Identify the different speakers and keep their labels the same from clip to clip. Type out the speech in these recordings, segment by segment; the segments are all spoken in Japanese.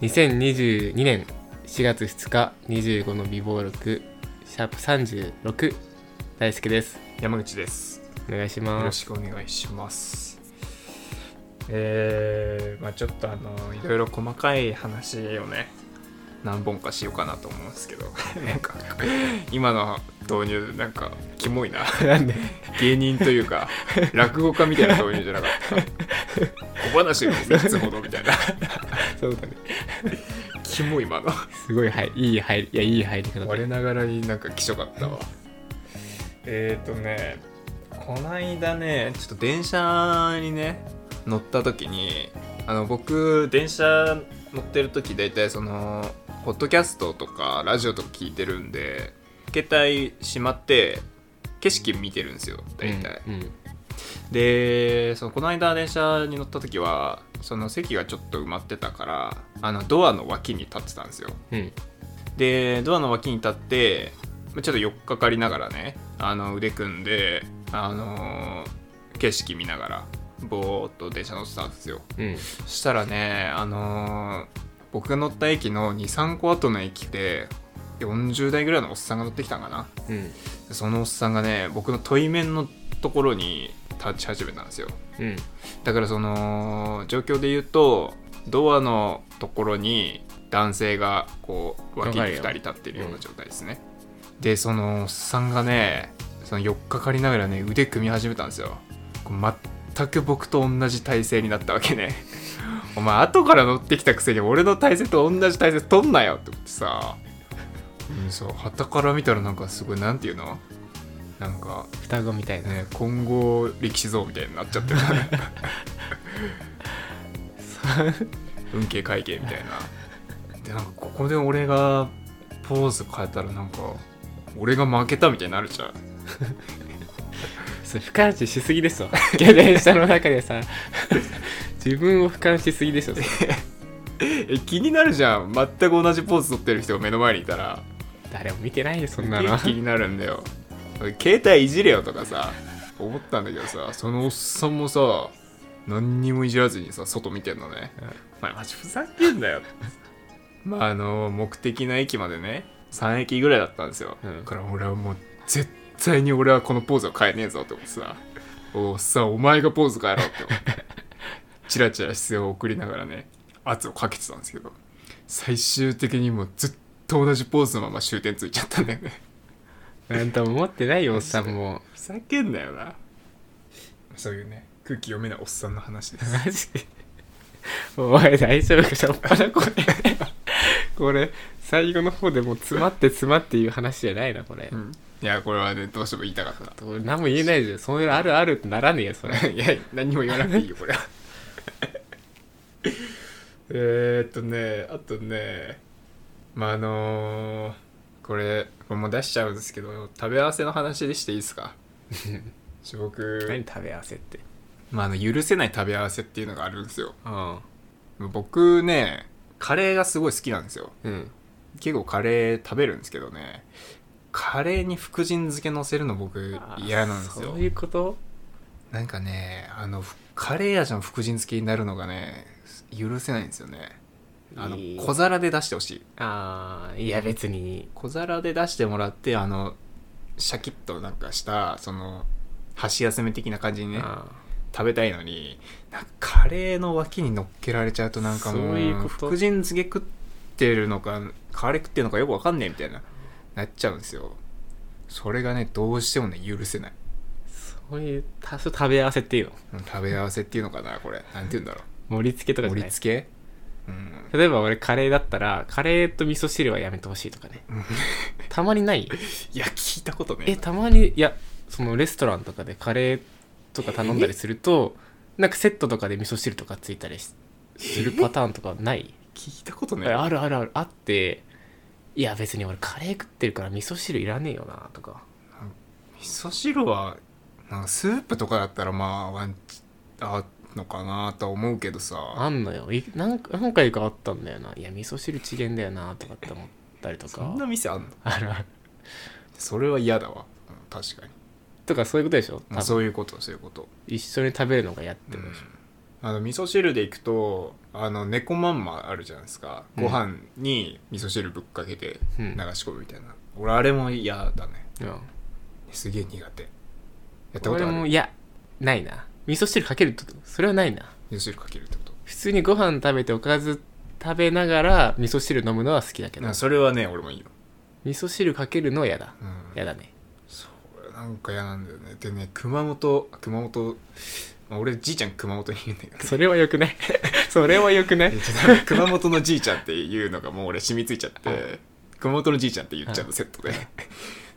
Speaker 1: 2022年4月2日25の美貌録シャープ36大輔です
Speaker 2: 山口です。
Speaker 1: お願いし
Speaker 2: よろ
Speaker 1: ます
Speaker 2: しくお願いします。えー、まあちょっとあの、いろいろ細かい話をね、何本かしようかなと思うんで すけど、なんか、今の導入、なんか、キモいな。
Speaker 1: なんで
Speaker 2: 芸人というか、落語家みたいな導入じゃな かった。小話を3つほどみたいな。
Speaker 1: そうだね
Speaker 2: キモい今の。
Speaker 1: すごいはいいい入りいやいい入り方だ
Speaker 2: 我ながらになんかきしょかったわえっとねこないだねちょっと電車にね乗った時にあの僕電車乗ってる時大体そのポッドキャストとかラジオとか聞いてるんで携帯しまって景色見てるんですよ大体、
Speaker 1: うんうん
Speaker 2: でそのこの間電車に乗った時はその席がちょっと埋まってたからあのドアの脇に立ってたんですよ
Speaker 1: うん
Speaker 2: でドアの脇に立ってまあちょっとよっかかりながらねあの腕組んで、あのー景色見ながらぼーっと電車乗ってたんですよ
Speaker 1: うん
Speaker 2: そしたらね、あのー僕が乗った駅の23個後の駅で40代ぐらいのおっさんが乗ってきたんかな
Speaker 1: うん
Speaker 2: でそのおっさんがね僕の問い面のところに立ち始めたんですよ
Speaker 1: うん
Speaker 2: だからその状況で言うとドアのところに男性がこう脇に2人立ってるような状態ですね、でそのおっさんがねそのよっかかりながらね腕組み始めたんですよこう全く僕と同じ体勢になったわけね お前後から乗ってきたくせに俺の体勢と同じ体勢取んなよって思ってさ、うん、そう旗から見たらなんかすごいなんていうのなんか
Speaker 1: 双子みたいな、
Speaker 2: ね今後力士像みたいになっちゃってる 運慶会計みたいなでなんかここで俺がポーズ変えたらなんか俺が負けたみたいになるじゃん
Speaker 1: それ俯瞰視しすぎですわ 電車の中でさ 自分を俯瞰しすぎでしょそれ
Speaker 2: え気になるじゃん全く同じポーズ取ってる人が目の前にいたら
Speaker 1: 誰も見てないよそんなの
Speaker 2: 気になるんだよ携帯いじれよとかさ思ったんだけどさそのおっさんもさ何にもいじらずにさ外見てんのね、
Speaker 1: うん
Speaker 2: お前マジふざけんなよ まああの目的の駅までね3駅ぐらいだったんですよ、
Speaker 1: うん
Speaker 2: だから俺はもう絶対に俺はこのポーズは変えねえぞって思ってさおっさんお前がポーズ変えろって思って チラチラ姿勢を送りながらね圧をかけてたんですけど最終的にもうずっと同じポーズのまま終点ついちゃったんだよね
Speaker 1: なんとも思ってないよおっさんも
Speaker 2: ふざけんなよなそういうね空気読めないおっさんの話です
Speaker 1: マジでお前大丈夫かしょっぱなこれこれ最後の方でもう詰まって詰まっていう話じゃないなこれ
Speaker 2: うんいやこれはねどうしても言いたかっ
Speaker 1: 俺何も言えないじゃんそういうのあるあるってならねえよそれ
Speaker 2: た いや何も言わなくていいよこれは えーっとねあとねまああのーこれこれもう出しちゃうんですけど食べ合わせの話でしていいです かちょ
Speaker 1: 何
Speaker 2: 僕、
Speaker 1: 食べ合わせって
Speaker 2: まあ、あの許せない食べ合わせっていうのがあるんですよ
Speaker 1: うん
Speaker 2: 僕ねカレーがすごい好きなんですよ
Speaker 1: うん
Speaker 2: 結構カレー食べるんですけどねカレーに福神漬け乗せるの僕嫌なんですよ
Speaker 1: そういうこと
Speaker 2: なんかねあのふカレー味の福神漬けになるのがね許せないんですよねあの
Speaker 1: いい
Speaker 2: 小皿で出してほしい
Speaker 1: ああいや別に
Speaker 2: 小皿で出してもらってあのシャキッとなんかしたその箸休め的な感じにね
Speaker 1: あー
Speaker 2: 食べたいのになんかカレーの脇に乗っけられちゃうとなんかも
Speaker 1: そうういうこと
Speaker 2: 福神漬け食ってるのかカレー食ってるのかよくわかんねえみたいななっちゃうんですよそれがねどうしてもね許せない
Speaker 1: そういう多少食べ合わせっていうの
Speaker 2: 食べ合わせっていうのかなこれなんて言うんだろ
Speaker 1: 盛り付けとか
Speaker 2: う
Speaker 1: じゃ
Speaker 2: 盛
Speaker 1: な
Speaker 2: り
Speaker 1: い
Speaker 2: 付けうん
Speaker 1: 例えば俺カレーだったらカレーと味噌汁はやめてほしいとかねたまにない
Speaker 2: いや聞いたことね
Speaker 1: えたまにいやそのレストランとかでカレーとか頼んだりするとなんかセットとかで味噌汁とかついたりしするパターンとかない
Speaker 2: 聞いたことね
Speaker 1: あるあるあるあっていや別に俺カレー食ってるから味噌汁いらねえよなとか
Speaker 2: 味噌汁はなんかスープとかだったらまあワンチあんのかなとは思うけどさ
Speaker 1: あんのよいなんか何回かあったんだよないや味噌汁違えんだよなとかって思ったりと
Speaker 2: そ
Speaker 1: か
Speaker 2: んな店あんの
Speaker 1: あるある
Speaker 2: それは嫌だわうん確かに
Speaker 1: とかそういうことでしょ多
Speaker 2: まあ、
Speaker 1: 分
Speaker 2: そういうことそういうこと、
Speaker 1: 一緒に食べるのがやってるでしょ
Speaker 2: あの味噌汁でいくとあの猫まんまあるじゃないですか
Speaker 1: うん
Speaker 2: ご飯に味噌汁ぶっかけて
Speaker 1: う
Speaker 2: 流
Speaker 1: ん
Speaker 2: し込むみたいな、俺あれも嫌だね
Speaker 1: うん
Speaker 2: すげえ苦手やったこ
Speaker 1: 俺
Speaker 2: とあ
Speaker 1: も
Speaker 2: る
Speaker 1: いやないな味噌汁かけるってことそれはないな
Speaker 2: 味噌汁かけるってこと
Speaker 1: 普通にご飯食べておかず食べながら味噌汁飲むのは好きだけど
Speaker 2: なそれはね俺もいいよ、
Speaker 1: 味噌汁かけるのは嫌だ
Speaker 2: うん、
Speaker 1: 嫌だね
Speaker 2: そうなんか嫌なんだよねでね熊本熊本、まあ、俺じいちゃん熊本にいるん だけど
Speaker 1: それはよくないそれはよくない
Speaker 2: えちょっと待って熊本のじいちゃんっていうのがもう俺染みついちゃって、
Speaker 1: はい
Speaker 2: 熊本のじいちゃんって言っちゃうのセットで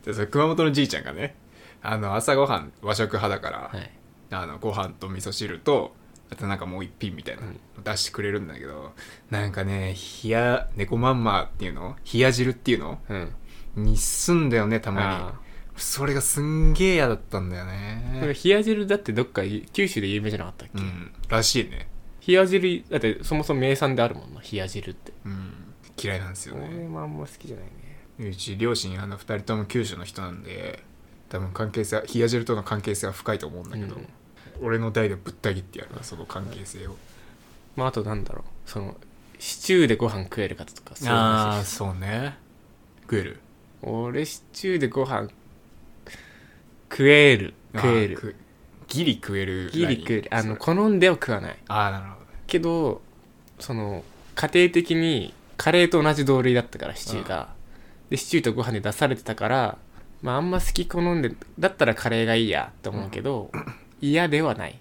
Speaker 2: でその熊本のじいちゃんがねあの朝ごはん和食派だから、
Speaker 1: はい
Speaker 2: あのご飯と味噌汁とあとなんかもう一品みたいなの
Speaker 1: うん
Speaker 2: 出してくれるんだけど、なんかね冷や猫まんまっていうの冷や汁っていうの
Speaker 1: うん
Speaker 2: にすんだよねたま
Speaker 1: あ
Speaker 2: にそれがすんげえ嫌だったんだよ
Speaker 1: あ冷
Speaker 2: ね
Speaker 1: や汁だってどっか九州で有名じゃなかったっけ、
Speaker 2: うんらしいね、
Speaker 1: 冷や汁だってそもそも名産であるもんな冷や汁って
Speaker 2: うん、嫌いなんですよね
Speaker 1: 俺もあんま好きじゃないね
Speaker 2: うち両親あの2人とも九州の人なんで多分関係性は冷や汁との関係性は深いと思うんだけど、
Speaker 1: うん
Speaker 2: 俺の代でぶった切ってやるわその関係性を
Speaker 1: まああとなんだろうそのシチューでご飯食える方とかそういう話です
Speaker 2: そうね食える
Speaker 1: 俺シチューでご飯食える食え
Speaker 2: あー
Speaker 1: る
Speaker 2: くギリ食える
Speaker 1: ギ
Speaker 2: ライン
Speaker 1: リ食えるあの
Speaker 2: それ
Speaker 1: 好んでは食わない
Speaker 2: あーなるほどね
Speaker 1: けどその家庭的にカレーと同じ同類だったからシチューがでシチューとご飯で出されてたからまああんま好き好んでだったらカレーがいいやと思うけど、嫌ではない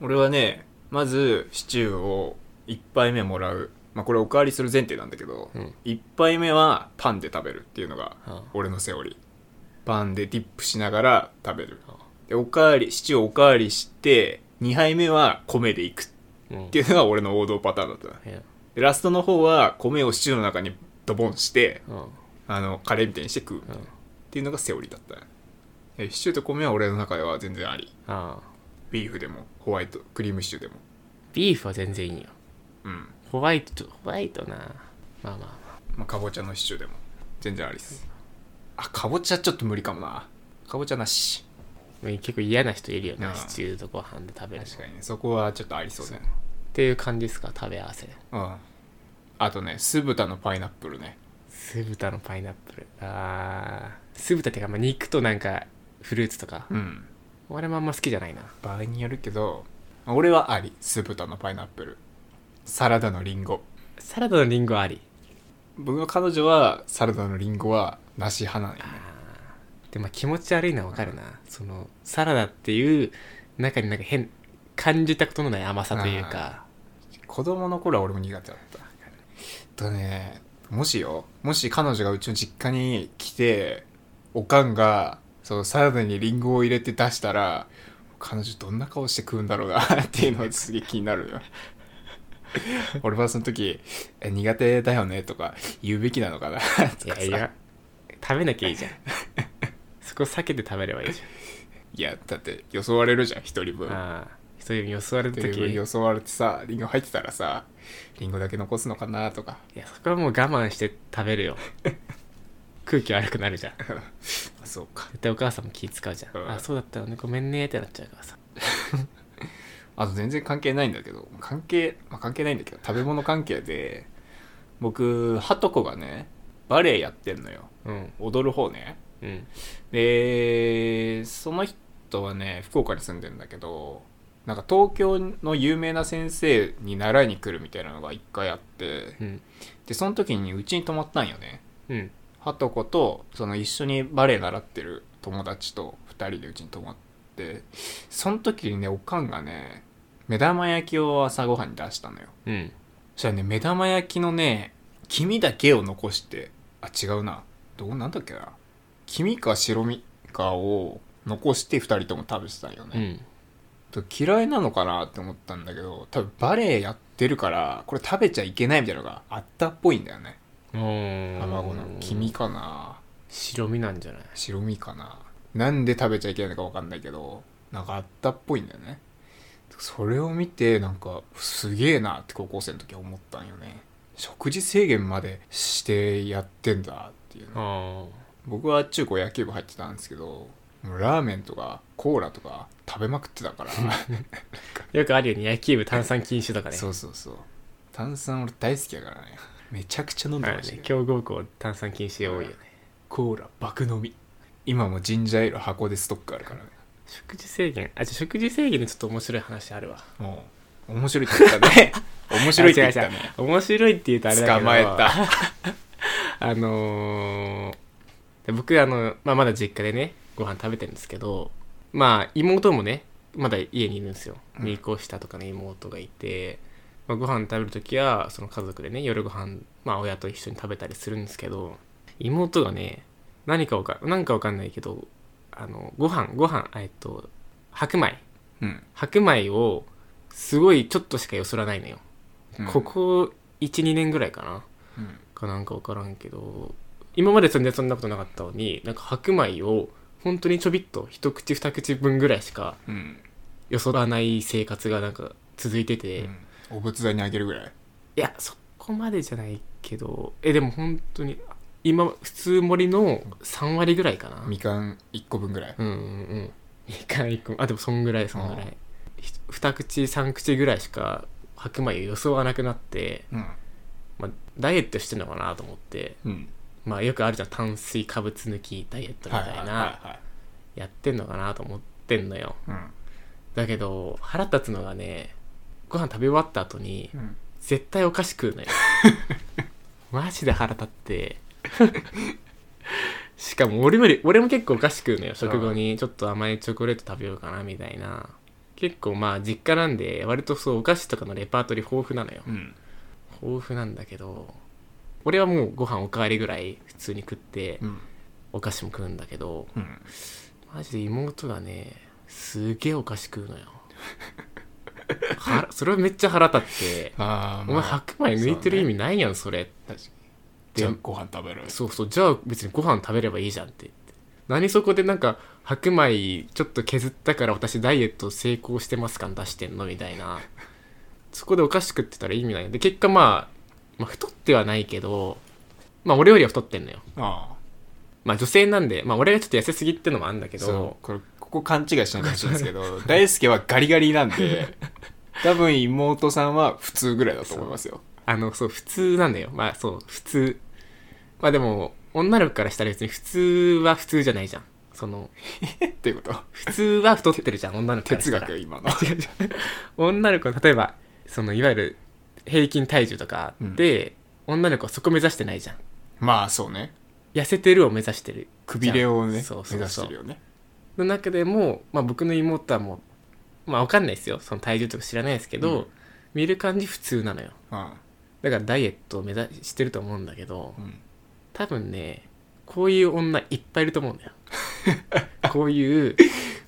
Speaker 2: 俺はねまずシチューを1杯目もらうまあこれおかわりする前提なんだけど、
Speaker 1: うん
Speaker 2: 1杯目はパンで食べるっていうのが
Speaker 1: あ
Speaker 2: 俺のセオリーパンでディップしながら食べる
Speaker 1: あ
Speaker 2: でおかわりシチューをおかわりして2杯目は米でいくっ
Speaker 1: うん
Speaker 2: ていうのが俺の王道パターンだったない
Speaker 1: や
Speaker 2: でラストの方は米をシチューの中にドボンして
Speaker 1: うんうん
Speaker 2: あのカレーみたいにして食うっていうのがセオリーだったねえシチューと米は俺の中では全然あり
Speaker 1: ああ
Speaker 2: ビーフでもホワイトクリームシチューでも
Speaker 1: ビーフは全然いいよ
Speaker 2: うん、
Speaker 1: ホワイトホワイトなまあまあまあ
Speaker 2: まあ、かぼちゃのシチューでも全然ありですあかぼちゃちょっと無理かもなかぼちゃなし
Speaker 1: 結構嫌な人いるよね
Speaker 2: ああ
Speaker 1: シチューとご飯で食べるのっ
Speaker 2: 確かにねそこはちょっとありそうだよね
Speaker 1: ていう感じですか食べ合わせ
Speaker 2: うんあとね酢豚のパイナップルね
Speaker 1: 酢豚のパイナップルあー酢豚っていうか、まあ、肉となんかフルーツとか、
Speaker 2: うん
Speaker 1: 俺もあんま好きじゃないな
Speaker 2: 場合によるけど俺はあり酢豚のパイナップルサラダのリンゴ
Speaker 1: サラダのリンゴあり
Speaker 2: 僕の彼女はサラダのリンゴはなし派なのよね
Speaker 1: でも気持ち悪いのはわかるな、そのサラダっていう中になんか変感じたことのない甘さというか
Speaker 2: 子供の頃は俺も苦手だったとねもしよもし彼女がうちの実家に来ておかんがそのサラダにリンゴを入れて出したら彼女どんな顔して食うんだろうなっていうのがすげえ気に なるよ俺はその時「え苦手だよね」とか言うべきなのかなとか
Speaker 1: い
Speaker 2: さ
Speaker 1: やいや食べなきゃいいじゃんそこ避けて食べればいいじ
Speaker 2: いやだってよそわれるじゃん一人
Speaker 1: ゃ
Speaker 2: 分
Speaker 1: んああ人によそわれた
Speaker 2: 一人分
Speaker 1: 時
Speaker 2: よそわれてさリンゴ入ってたらさリンゴだけ残すのかなとか
Speaker 1: いやそこはもう我慢して食べるよ空気悪くなるじゃん
Speaker 2: あそうか
Speaker 1: 絶対お母さんも気使うじゃん、
Speaker 2: うん
Speaker 1: あそうだったよねごめんねってなっちゃうからさ
Speaker 2: あと全然関係ないんだけど関係、まあ、関係ないんだけど食べ物関係で僕ハトコがねバレエやってんのよ
Speaker 1: うん
Speaker 2: 踊る方ね
Speaker 1: うん
Speaker 2: でその人はね福岡に住んでんだけどなんか東京の有名な先生に習いに来るみたいなのが一回あって
Speaker 1: うん
Speaker 2: でその時にうちに泊まったんよね
Speaker 1: うん
Speaker 2: ハトコとその一緒にバレエ習ってる友達と2人でうちに泊まってその時にねおかんがね目玉焼きを朝ごはんに出したのよ
Speaker 1: うん
Speaker 2: そしたらね目玉焼きのね黄身だけを残してあ違うなどうなんだっけな黄身か白身かを残して2人とも食べてたんよ
Speaker 1: う
Speaker 2: ね、
Speaker 1: ん
Speaker 2: 嫌いなのかなって思ったんだけど多分バレエやってるからこれ食べちゃいけないみたいなのがあったっぽいんだよね卵
Speaker 1: 卵
Speaker 2: の黄身かな
Speaker 1: 白身なんじゃない
Speaker 2: 白身かななんで食べちゃいけないのか分かんないけどなんかあったっぽいんだよねそれを見てなんかすげえなって高校生の時は思ったんよね食事制限までしてやってんだっていうの
Speaker 1: あ
Speaker 2: 僕は中高野球部入ってたんですけどもうラーメンとかコーラとか 食べまくってたから
Speaker 1: あよくあるよね野球部炭酸禁酒とかね
Speaker 2: そうそうそう炭酸俺大好きだからねめちゃくちゃ飲んで
Speaker 1: あ
Speaker 2: ま
Speaker 1: れ
Speaker 2: した
Speaker 1: ね
Speaker 2: けど
Speaker 1: 強豪校炭酸禁止多いよね
Speaker 2: コーラ爆飲み今もジンジャーエール箱でストックあるからね
Speaker 1: 食事制限あじゃあ食事制限でちょっと面白い話あるわ
Speaker 2: もう面白いって言っ たね面白いって言っ
Speaker 1: あ
Speaker 2: たね
Speaker 1: 違う違う面白いって言うとあれだけど
Speaker 2: 捕まえた
Speaker 1: あのー僕あの、まあ、まだ実家でねご飯食べてるんですけどまあ妹もねまだ家にいるんですよ
Speaker 2: うん
Speaker 1: 2個下とかの妹がいて、まあ、ご飯食べる時はその家族でね夜ご飯まあ親と一緒に食べたりするんですけど妹がね何かわかなんかわかんないけどあのご飯ご飯えっと白米
Speaker 2: うん、
Speaker 1: 白米をすごいちょっとしかよそらないのよ、
Speaker 2: うん
Speaker 1: ここ12年ぐらいかな
Speaker 2: うん
Speaker 1: かなんか分からんけど今まで全然そんなことなかったのになんか白米を本当にちょびっと一口二口分ぐらいしか
Speaker 2: うん
Speaker 1: よそらない生活がなんか続いてて、い
Speaker 2: うんお仏壇にあげるぐらい
Speaker 1: やそこまでじゃないけどえでも本当に今普通盛りの3割ぐらいかな
Speaker 2: みかん1個分ぐらい
Speaker 1: うんうんうんみかん一個あでもそんぐらいそんぐらいひ二口三口ぐらいしか白米をよそわなくなって、
Speaker 2: うん、
Speaker 1: まあ、ダイエットしてんのかなと思って
Speaker 2: うん、
Speaker 1: まあよくあるじゃん炭水化物抜きダイエットみたいな、
Speaker 2: はいはいはいはい
Speaker 1: やってんのかなと思ってんのよ
Speaker 2: うん
Speaker 1: だけど腹立つのがねご飯食べ終わった後に
Speaker 2: うん
Speaker 1: 絶対お菓子食うのよマジで腹立ってしかも俺より俺も結構お菓子食うのよ食後にちょっと甘いチョコレート食べようかなみたいな結構まあ実家なんで割とそうお菓子とかのレパートリー豊富なのよ
Speaker 2: うん
Speaker 1: 豊富なんだけど俺はもうご飯おかわりぐらい普通に食って
Speaker 2: うん
Speaker 1: お菓子も食うんだけど
Speaker 2: うん
Speaker 1: マジで妹がねすげえお菓子食うのよ はそれはめっちゃ腹立って
Speaker 2: ああ
Speaker 1: お前白米抜いてる意
Speaker 2: 味
Speaker 1: 味ないやんそれ
Speaker 2: じゃあご飯食べる
Speaker 1: そうそうじゃあ別にご飯食べればいいじゃんって言って何そこでなんか白米ちょっと削ったから私ダイエット成功してます感出してんのみたいなそこでお菓子食ってたら意味ないで結果、まあ、まあ太ってはないけどまあ俺よりは太ってんのよ
Speaker 2: ああ
Speaker 1: まあ女性なんでまあ俺がちょっと痩せすぎってのもあるんだけど
Speaker 2: そうこれここ勘違いしないでほしいんで すけど大輔はガリガリなんで多分妹さんは普通ぐらいだと思いますよ
Speaker 1: あの、そう、普通なんだよ。まあ、そう、普通。まあでも、女の子からしたら別に普通は普通じゃないじゃん。その、
Speaker 2: っていうこと
Speaker 1: 普通は太ってるじゃん、女の子からし
Speaker 2: 哲
Speaker 1: たら。
Speaker 2: 学今の
Speaker 1: 違う違う。 女の子、例えば、その、いわゆる平均体重とかで、女の子はそこ目指してないじゃん。
Speaker 2: まあそうね
Speaker 1: 痩せてるを目指してる。
Speaker 2: くびれをね目
Speaker 1: じゃ
Speaker 2: 指
Speaker 1: んそうそう
Speaker 2: し
Speaker 1: そう
Speaker 2: てるよね
Speaker 1: の中でも、まあ僕の妹はもう、まあわかんないですよ。その体重とか知らないですけど、
Speaker 2: うん
Speaker 1: 見る感じ普通なのよ。
Speaker 2: うん
Speaker 1: だからダイエットを目指してると思うんだけど、
Speaker 2: うん
Speaker 1: 多分ねこういう女いっぱいいると思うんだ よこういう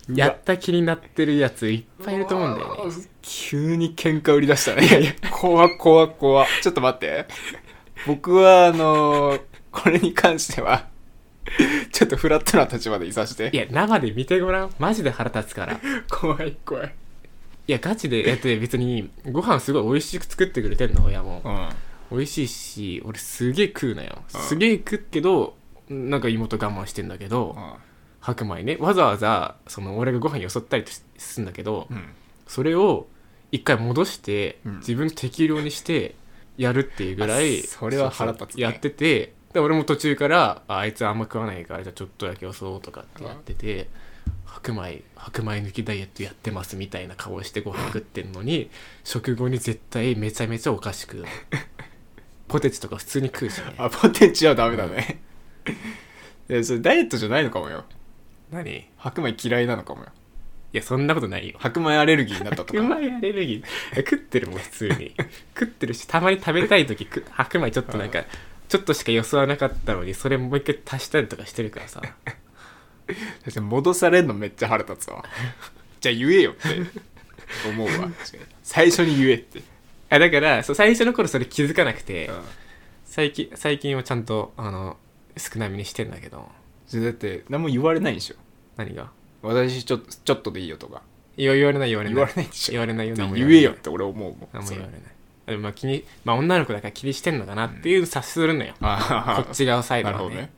Speaker 2: うわ
Speaker 1: やった気になってるやついっぱいいると思うんだよ
Speaker 2: うわ
Speaker 1: ね
Speaker 2: ー急に喧嘩売り出したねいやいや怖怖怖ちょっと待って僕はあのーこれに関してはちょっとフラットな立場でいさせ
Speaker 1: い
Speaker 2: て
Speaker 1: や生で見てごらんマジで腹立つからい
Speaker 2: 怖い怖い
Speaker 1: やガチでやって別にご飯すごい美味しく作ってくれてんの親も
Speaker 2: うん
Speaker 1: 美味しいし俺すげえ食うのよ
Speaker 2: うん
Speaker 1: すげえ食うけどなんか妹我慢してんだけど
Speaker 2: う
Speaker 1: 白米ねわざわざその俺がご飯よそったりとしすんだけど
Speaker 2: ん
Speaker 1: それを一回戻して、
Speaker 2: うん
Speaker 1: 自分の適量にしてやるっていうぐらい
Speaker 2: あそれは腹立つね
Speaker 1: そうそうやっててで俺も途中からああいつあんま食わないからじゃあちょっとだけよそうとかってやってて、白米白米抜きダイエットやってますみたいな顔してご飯食ってんのに食後に絶対めちゃめちゃおかしくポテチとか普通に食うしね
Speaker 2: あポテチはダメだね、えそれダイエットじゃないのかもよ
Speaker 1: 何い
Speaker 2: 白米嫌いなのかもよ
Speaker 1: やそんなことないよ
Speaker 2: 白米アレルギーになったと
Speaker 1: 白
Speaker 2: か
Speaker 1: 米アレルギー食ってるもん普通に食ってるしたまに食べたい時く白米ちょっとなんかちょっとしか予想はなかったのにそれもう一回足したりとかしてるからさ
Speaker 2: だって戻されんのめっちゃ腹立つわじゃあ言えよって思う わ 最初に言えって、
Speaker 1: あだからそう最初の頃それ気づかなくて最近最近はちゃんとあの少なめにしてんだけど
Speaker 2: それだって何も言われないでしょ
Speaker 1: 何が
Speaker 2: 私ちょちょっとでいいよとか
Speaker 1: 言わ言われない言われない
Speaker 2: 言われないでしょ
Speaker 1: 言われないよ
Speaker 2: 言
Speaker 1: 何も
Speaker 2: えよって俺思うもん
Speaker 1: 何も
Speaker 2: そ
Speaker 1: 言
Speaker 2: れ
Speaker 1: われないでもまあ気にまあ女の子だから気にしてんのかなっていう察するのよ、
Speaker 2: あ
Speaker 1: こっち側サ
Speaker 2: あ
Speaker 1: イド
Speaker 2: なる
Speaker 1: は
Speaker 2: ほど
Speaker 1: ね
Speaker 2: ね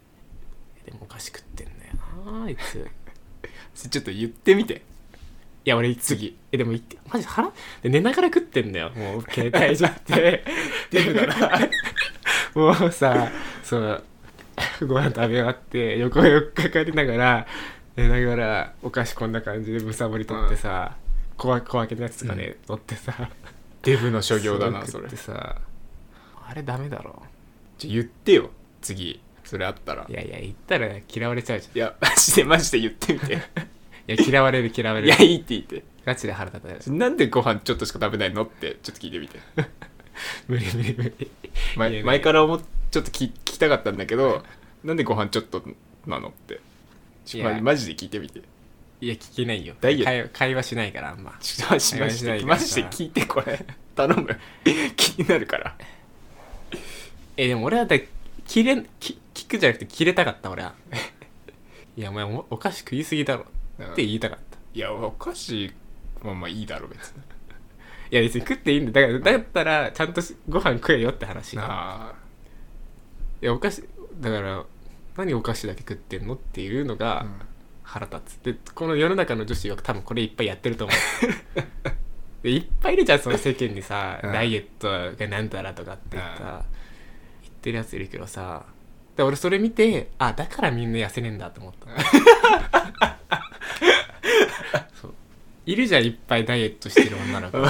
Speaker 1: でもおかしくってんだよなあいつ
Speaker 2: それちょっと言ってみて
Speaker 1: いや俺次えでも行ってマジ腹で寝ながら食ってんだよもう携帯いじって 出るから もうさそうご飯食べ終わって横へ追っかかりながら寝ながらお菓子こんな感じでむさぼり取ってさ、小分小分けのやつとかね、取ってさ
Speaker 2: デブの所業だなそれ
Speaker 1: 食っ
Speaker 2: じ
Speaker 1: て
Speaker 2: ゃ
Speaker 1: さあれダメだろ
Speaker 2: 言ってよ次それあったら
Speaker 1: いやいや言ったら嫌われちゃうじゃん
Speaker 2: いやマジでマジで言ってみて
Speaker 1: いや嫌われる嫌われ
Speaker 2: いや
Speaker 1: る
Speaker 2: いいって言って
Speaker 1: ガチで腹立たない
Speaker 2: なんでご飯ちょっとしか食べないのってちょっと聞いてみて
Speaker 1: 無理無理無理
Speaker 2: 前
Speaker 1: いや
Speaker 2: 前から思っちょっと聞聞きたかったんだけどなんでご飯ちょっとなのって
Speaker 1: い
Speaker 2: ちょ
Speaker 1: や
Speaker 2: まマジで聞いてみて
Speaker 1: いや聞けないよ
Speaker 2: ダイエット
Speaker 1: 会会話しないからあんま
Speaker 2: ちょマジマジ
Speaker 1: お願いしない
Speaker 2: で
Speaker 1: から
Speaker 2: マ
Speaker 1: さ
Speaker 2: ジで聞いてこれ頼む 気になるから
Speaker 1: えでも俺はだ切れき聞くじゃなくて切れたかった俺は いやお前おお菓子食いすぎだろって言いたかった
Speaker 2: いやお菓子まあまあいいだろ別に
Speaker 1: いや別に食っていいんだよだからだったらちゃんとしご飯食えよって話い
Speaker 2: なあ
Speaker 1: やお菓子だから何お菓子だけ食ってんのっていうのが腹立つでこの世の中の女子は多分これいっぱいやってると思う でいっぱいいるじゃんその世間にさ、
Speaker 2: うん
Speaker 1: ダイエットがなんだらとかって言った、
Speaker 2: うん
Speaker 1: 言ってるやついるけどさで俺それ見てあだからみんな痩せねえんだと思った そういるじゃんいっぱいダイエットしてる女の子いっ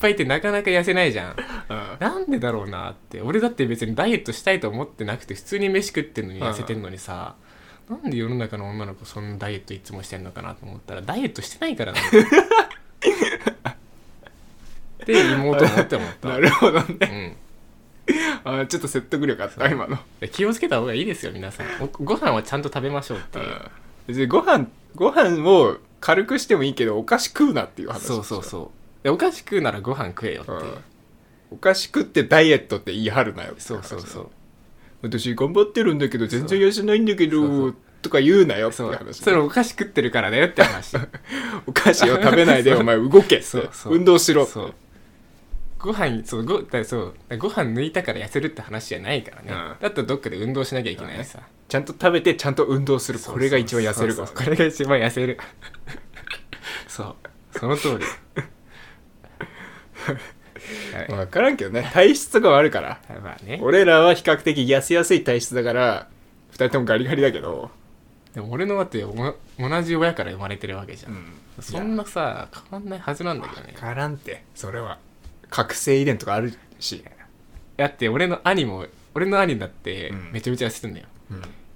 Speaker 1: ぱいってなかなか痩せないじゃん
Speaker 2: うん
Speaker 1: なんでだろうなって俺だって別にダイエットしたいと思ってなくて普通に飯食ってんのに痩せてんのにさ、なんで世の中の女の子そんなダイエットいつもしてんのかなと思ったらダイエットしてないからなんだよって言おうと思って思った、
Speaker 2: なるほど
Speaker 1: う
Speaker 2: ね
Speaker 1: ん、
Speaker 2: あちょっと説得力あった今の
Speaker 1: で気をつけた方がいいですよ皆さんおご飯はちゃんと食べましょうっていう、
Speaker 2: 別にご飯ご飯を軽くしてもいいけどお菓子食うなっていう話
Speaker 1: そうそうそうでお菓子食うならご飯食えよっていう、
Speaker 2: んお菓子食ってダイエットって言い張るなよって
Speaker 1: そ
Speaker 2: 話
Speaker 1: うそうそう
Speaker 2: 私頑張ってるんだけど全然痩せないんだけ
Speaker 1: そうそうそ
Speaker 2: どとか言うなよってい
Speaker 1: そうう
Speaker 2: 話
Speaker 1: それお菓子食ってるからだよって話
Speaker 2: お菓子を食べ ないでお前動けって
Speaker 1: そうそう
Speaker 2: 運動しろって
Speaker 1: そうご飯そうごだそうだご飯抜いたから痩せるって話じゃないからね、
Speaker 2: うん
Speaker 1: だったらどっかで運動しなきゃいけないしさ、
Speaker 2: ちゃんと食べてちゃんと運動するこれが一番痩せる
Speaker 1: そう
Speaker 2: から
Speaker 1: そうこれが一番痩せるそうその 通りはい
Speaker 2: 分からんけどね体質とかはあるから
Speaker 1: まあね
Speaker 2: 俺らは比較的痩せやすい体質だから2人ともガリガリだけど、
Speaker 1: でも俺のだっておも同じ親から生まれてるわけじゃん、そんなさ変わんないはずなんだけどね
Speaker 2: 分からんってそれは覚醒遺伝とかあるし、
Speaker 1: だって俺の兄も俺の兄だって
Speaker 2: うん
Speaker 1: めちゃめちゃ痩せてんだよ、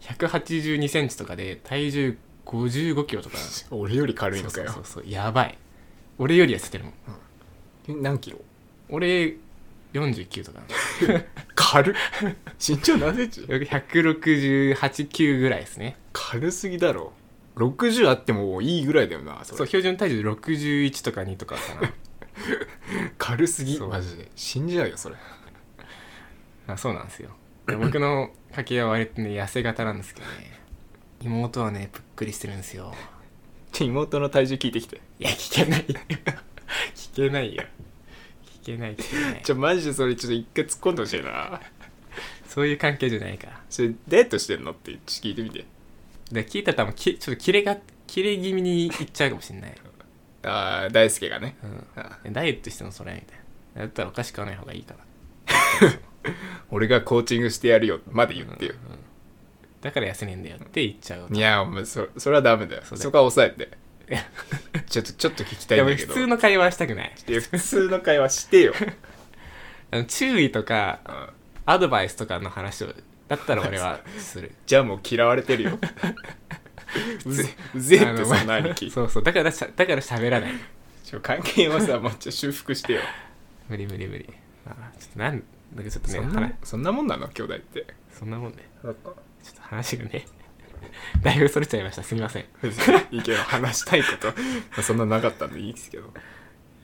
Speaker 1: 1 8 2ンチとかで体重5 5キロとかなの
Speaker 2: 俺より軽い
Speaker 1: そ
Speaker 2: の
Speaker 1: う
Speaker 2: か
Speaker 1: そう
Speaker 2: よ
Speaker 1: そうそうやばい俺より痩せてるもん
Speaker 2: 何キロ
Speaker 1: 俺49とか
Speaker 2: 軽っ身長何センチ
Speaker 1: 1689ぐらいですね
Speaker 2: 軽すぎだろ60あってもいいぐらいだよなそれ
Speaker 1: そう標準体重61とか2とかか な
Speaker 2: 軽すぎ
Speaker 1: そう
Speaker 2: マジで死んじゃうよそれ
Speaker 1: あそうなんですよで僕の家系は割とね痩せ型なんですけどね妹はねぷっくりしてるんですよ
Speaker 2: 妹の体重聞いてきて
Speaker 1: いや聞けない 聞けないよ聞けない聞けない
Speaker 2: ちょマジでそれちょっと一回突っ込んでほしいな
Speaker 1: そういう関係じゃないから
Speaker 2: それデートしてんのってちょっと聞いてみて
Speaker 1: で聞いたら多分きちょっとキレがキレ気味にいっちゃうかもしん ない、
Speaker 2: ああ大輔がね
Speaker 1: うん、
Speaker 2: あ
Speaker 1: ダイエットしてもそれみたいなだったらお菓子買わない方がいいかな
Speaker 2: 俺がコーチングしてやるよまで言ってよ、
Speaker 1: だから痩せねえんだよって言っちゃう
Speaker 2: いやお前そそれはダメだよ
Speaker 1: そ
Speaker 2: そう
Speaker 1: だよ
Speaker 2: こは抑 えて
Speaker 1: いや
Speaker 2: ちょっとちょっと聞きた
Speaker 1: で
Speaker 2: いん
Speaker 1: も
Speaker 2: だけ
Speaker 1: 普
Speaker 2: ど
Speaker 1: 通の会話はしたくない
Speaker 2: いや普通の会話してよ、
Speaker 1: あの注意とか
Speaker 2: うん
Speaker 1: アドバイスとかの話をだったら俺はす る
Speaker 2: じゃあもう嫌われてる ようぜうぜ
Speaker 1: あ
Speaker 2: っ
Speaker 1: の
Speaker 2: てそんな兄貴
Speaker 1: そうそうだからしゃだから喋らない
Speaker 2: ちょ関係はさもうちょ修復してよ
Speaker 1: 無理無理無理あーちょっとなんだけどちょっとね
Speaker 2: そ
Speaker 1: は
Speaker 2: ん
Speaker 1: なそ
Speaker 2: なも
Speaker 1: ん
Speaker 2: んそんなもんなの兄弟って
Speaker 1: なもんねちょっと話がね だいぶそれちゃいましたすみません
Speaker 2: いいけど話したいこと、まあ、 そんななかったんでいいですけど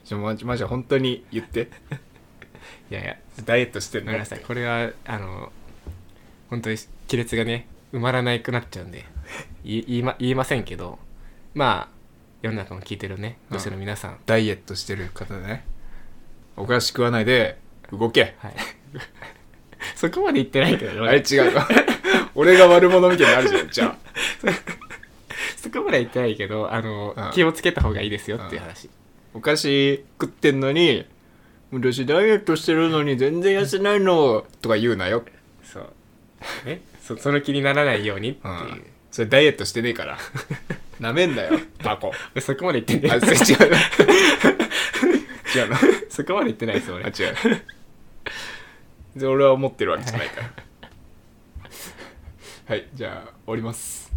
Speaker 2: ちょマジマジ本当に言って
Speaker 1: いやいや
Speaker 2: ダイエットしてる
Speaker 1: ごめんなさいこれはあの本当に亀裂がね埋まらないくなっちゃうんでい 言い,、ま、言いませんけどまあ世の中の聞いてるね女性の皆さん、
Speaker 2: ダイエットしてる方ねお菓子食わないで 動け
Speaker 1: はいそこまで言 ってないけど
Speaker 2: あれ違う俺が悪者みたいになるじゃんじゃあ
Speaker 1: そこまでは言ってないけどあの、
Speaker 2: うん
Speaker 1: 気をつけた方がいいですよっていう話、
Speaker 2: お菓子食ってんのに私ダイエットしてるのに全然痩せないのとか言うなよ、
Speaker 1: そうねそその気にならないようにって
Speaker 2: う
Speaker 1: い
Speaker 2: ん
Speaker 1: う、、
Speaker 2: それダイエットしてねえからなめんなよバコ
Speaker 1: そこまで言って
Speaker 2: あ
Speaker 1: な
Speaker 2: 違
Speaker 1: いう
Speaker 2: な違うな
Speaker 1: そこまで言ってないです俺
Speaker 2: あ違う で俺は思ってるわけじゃないからはいじゃあ終わります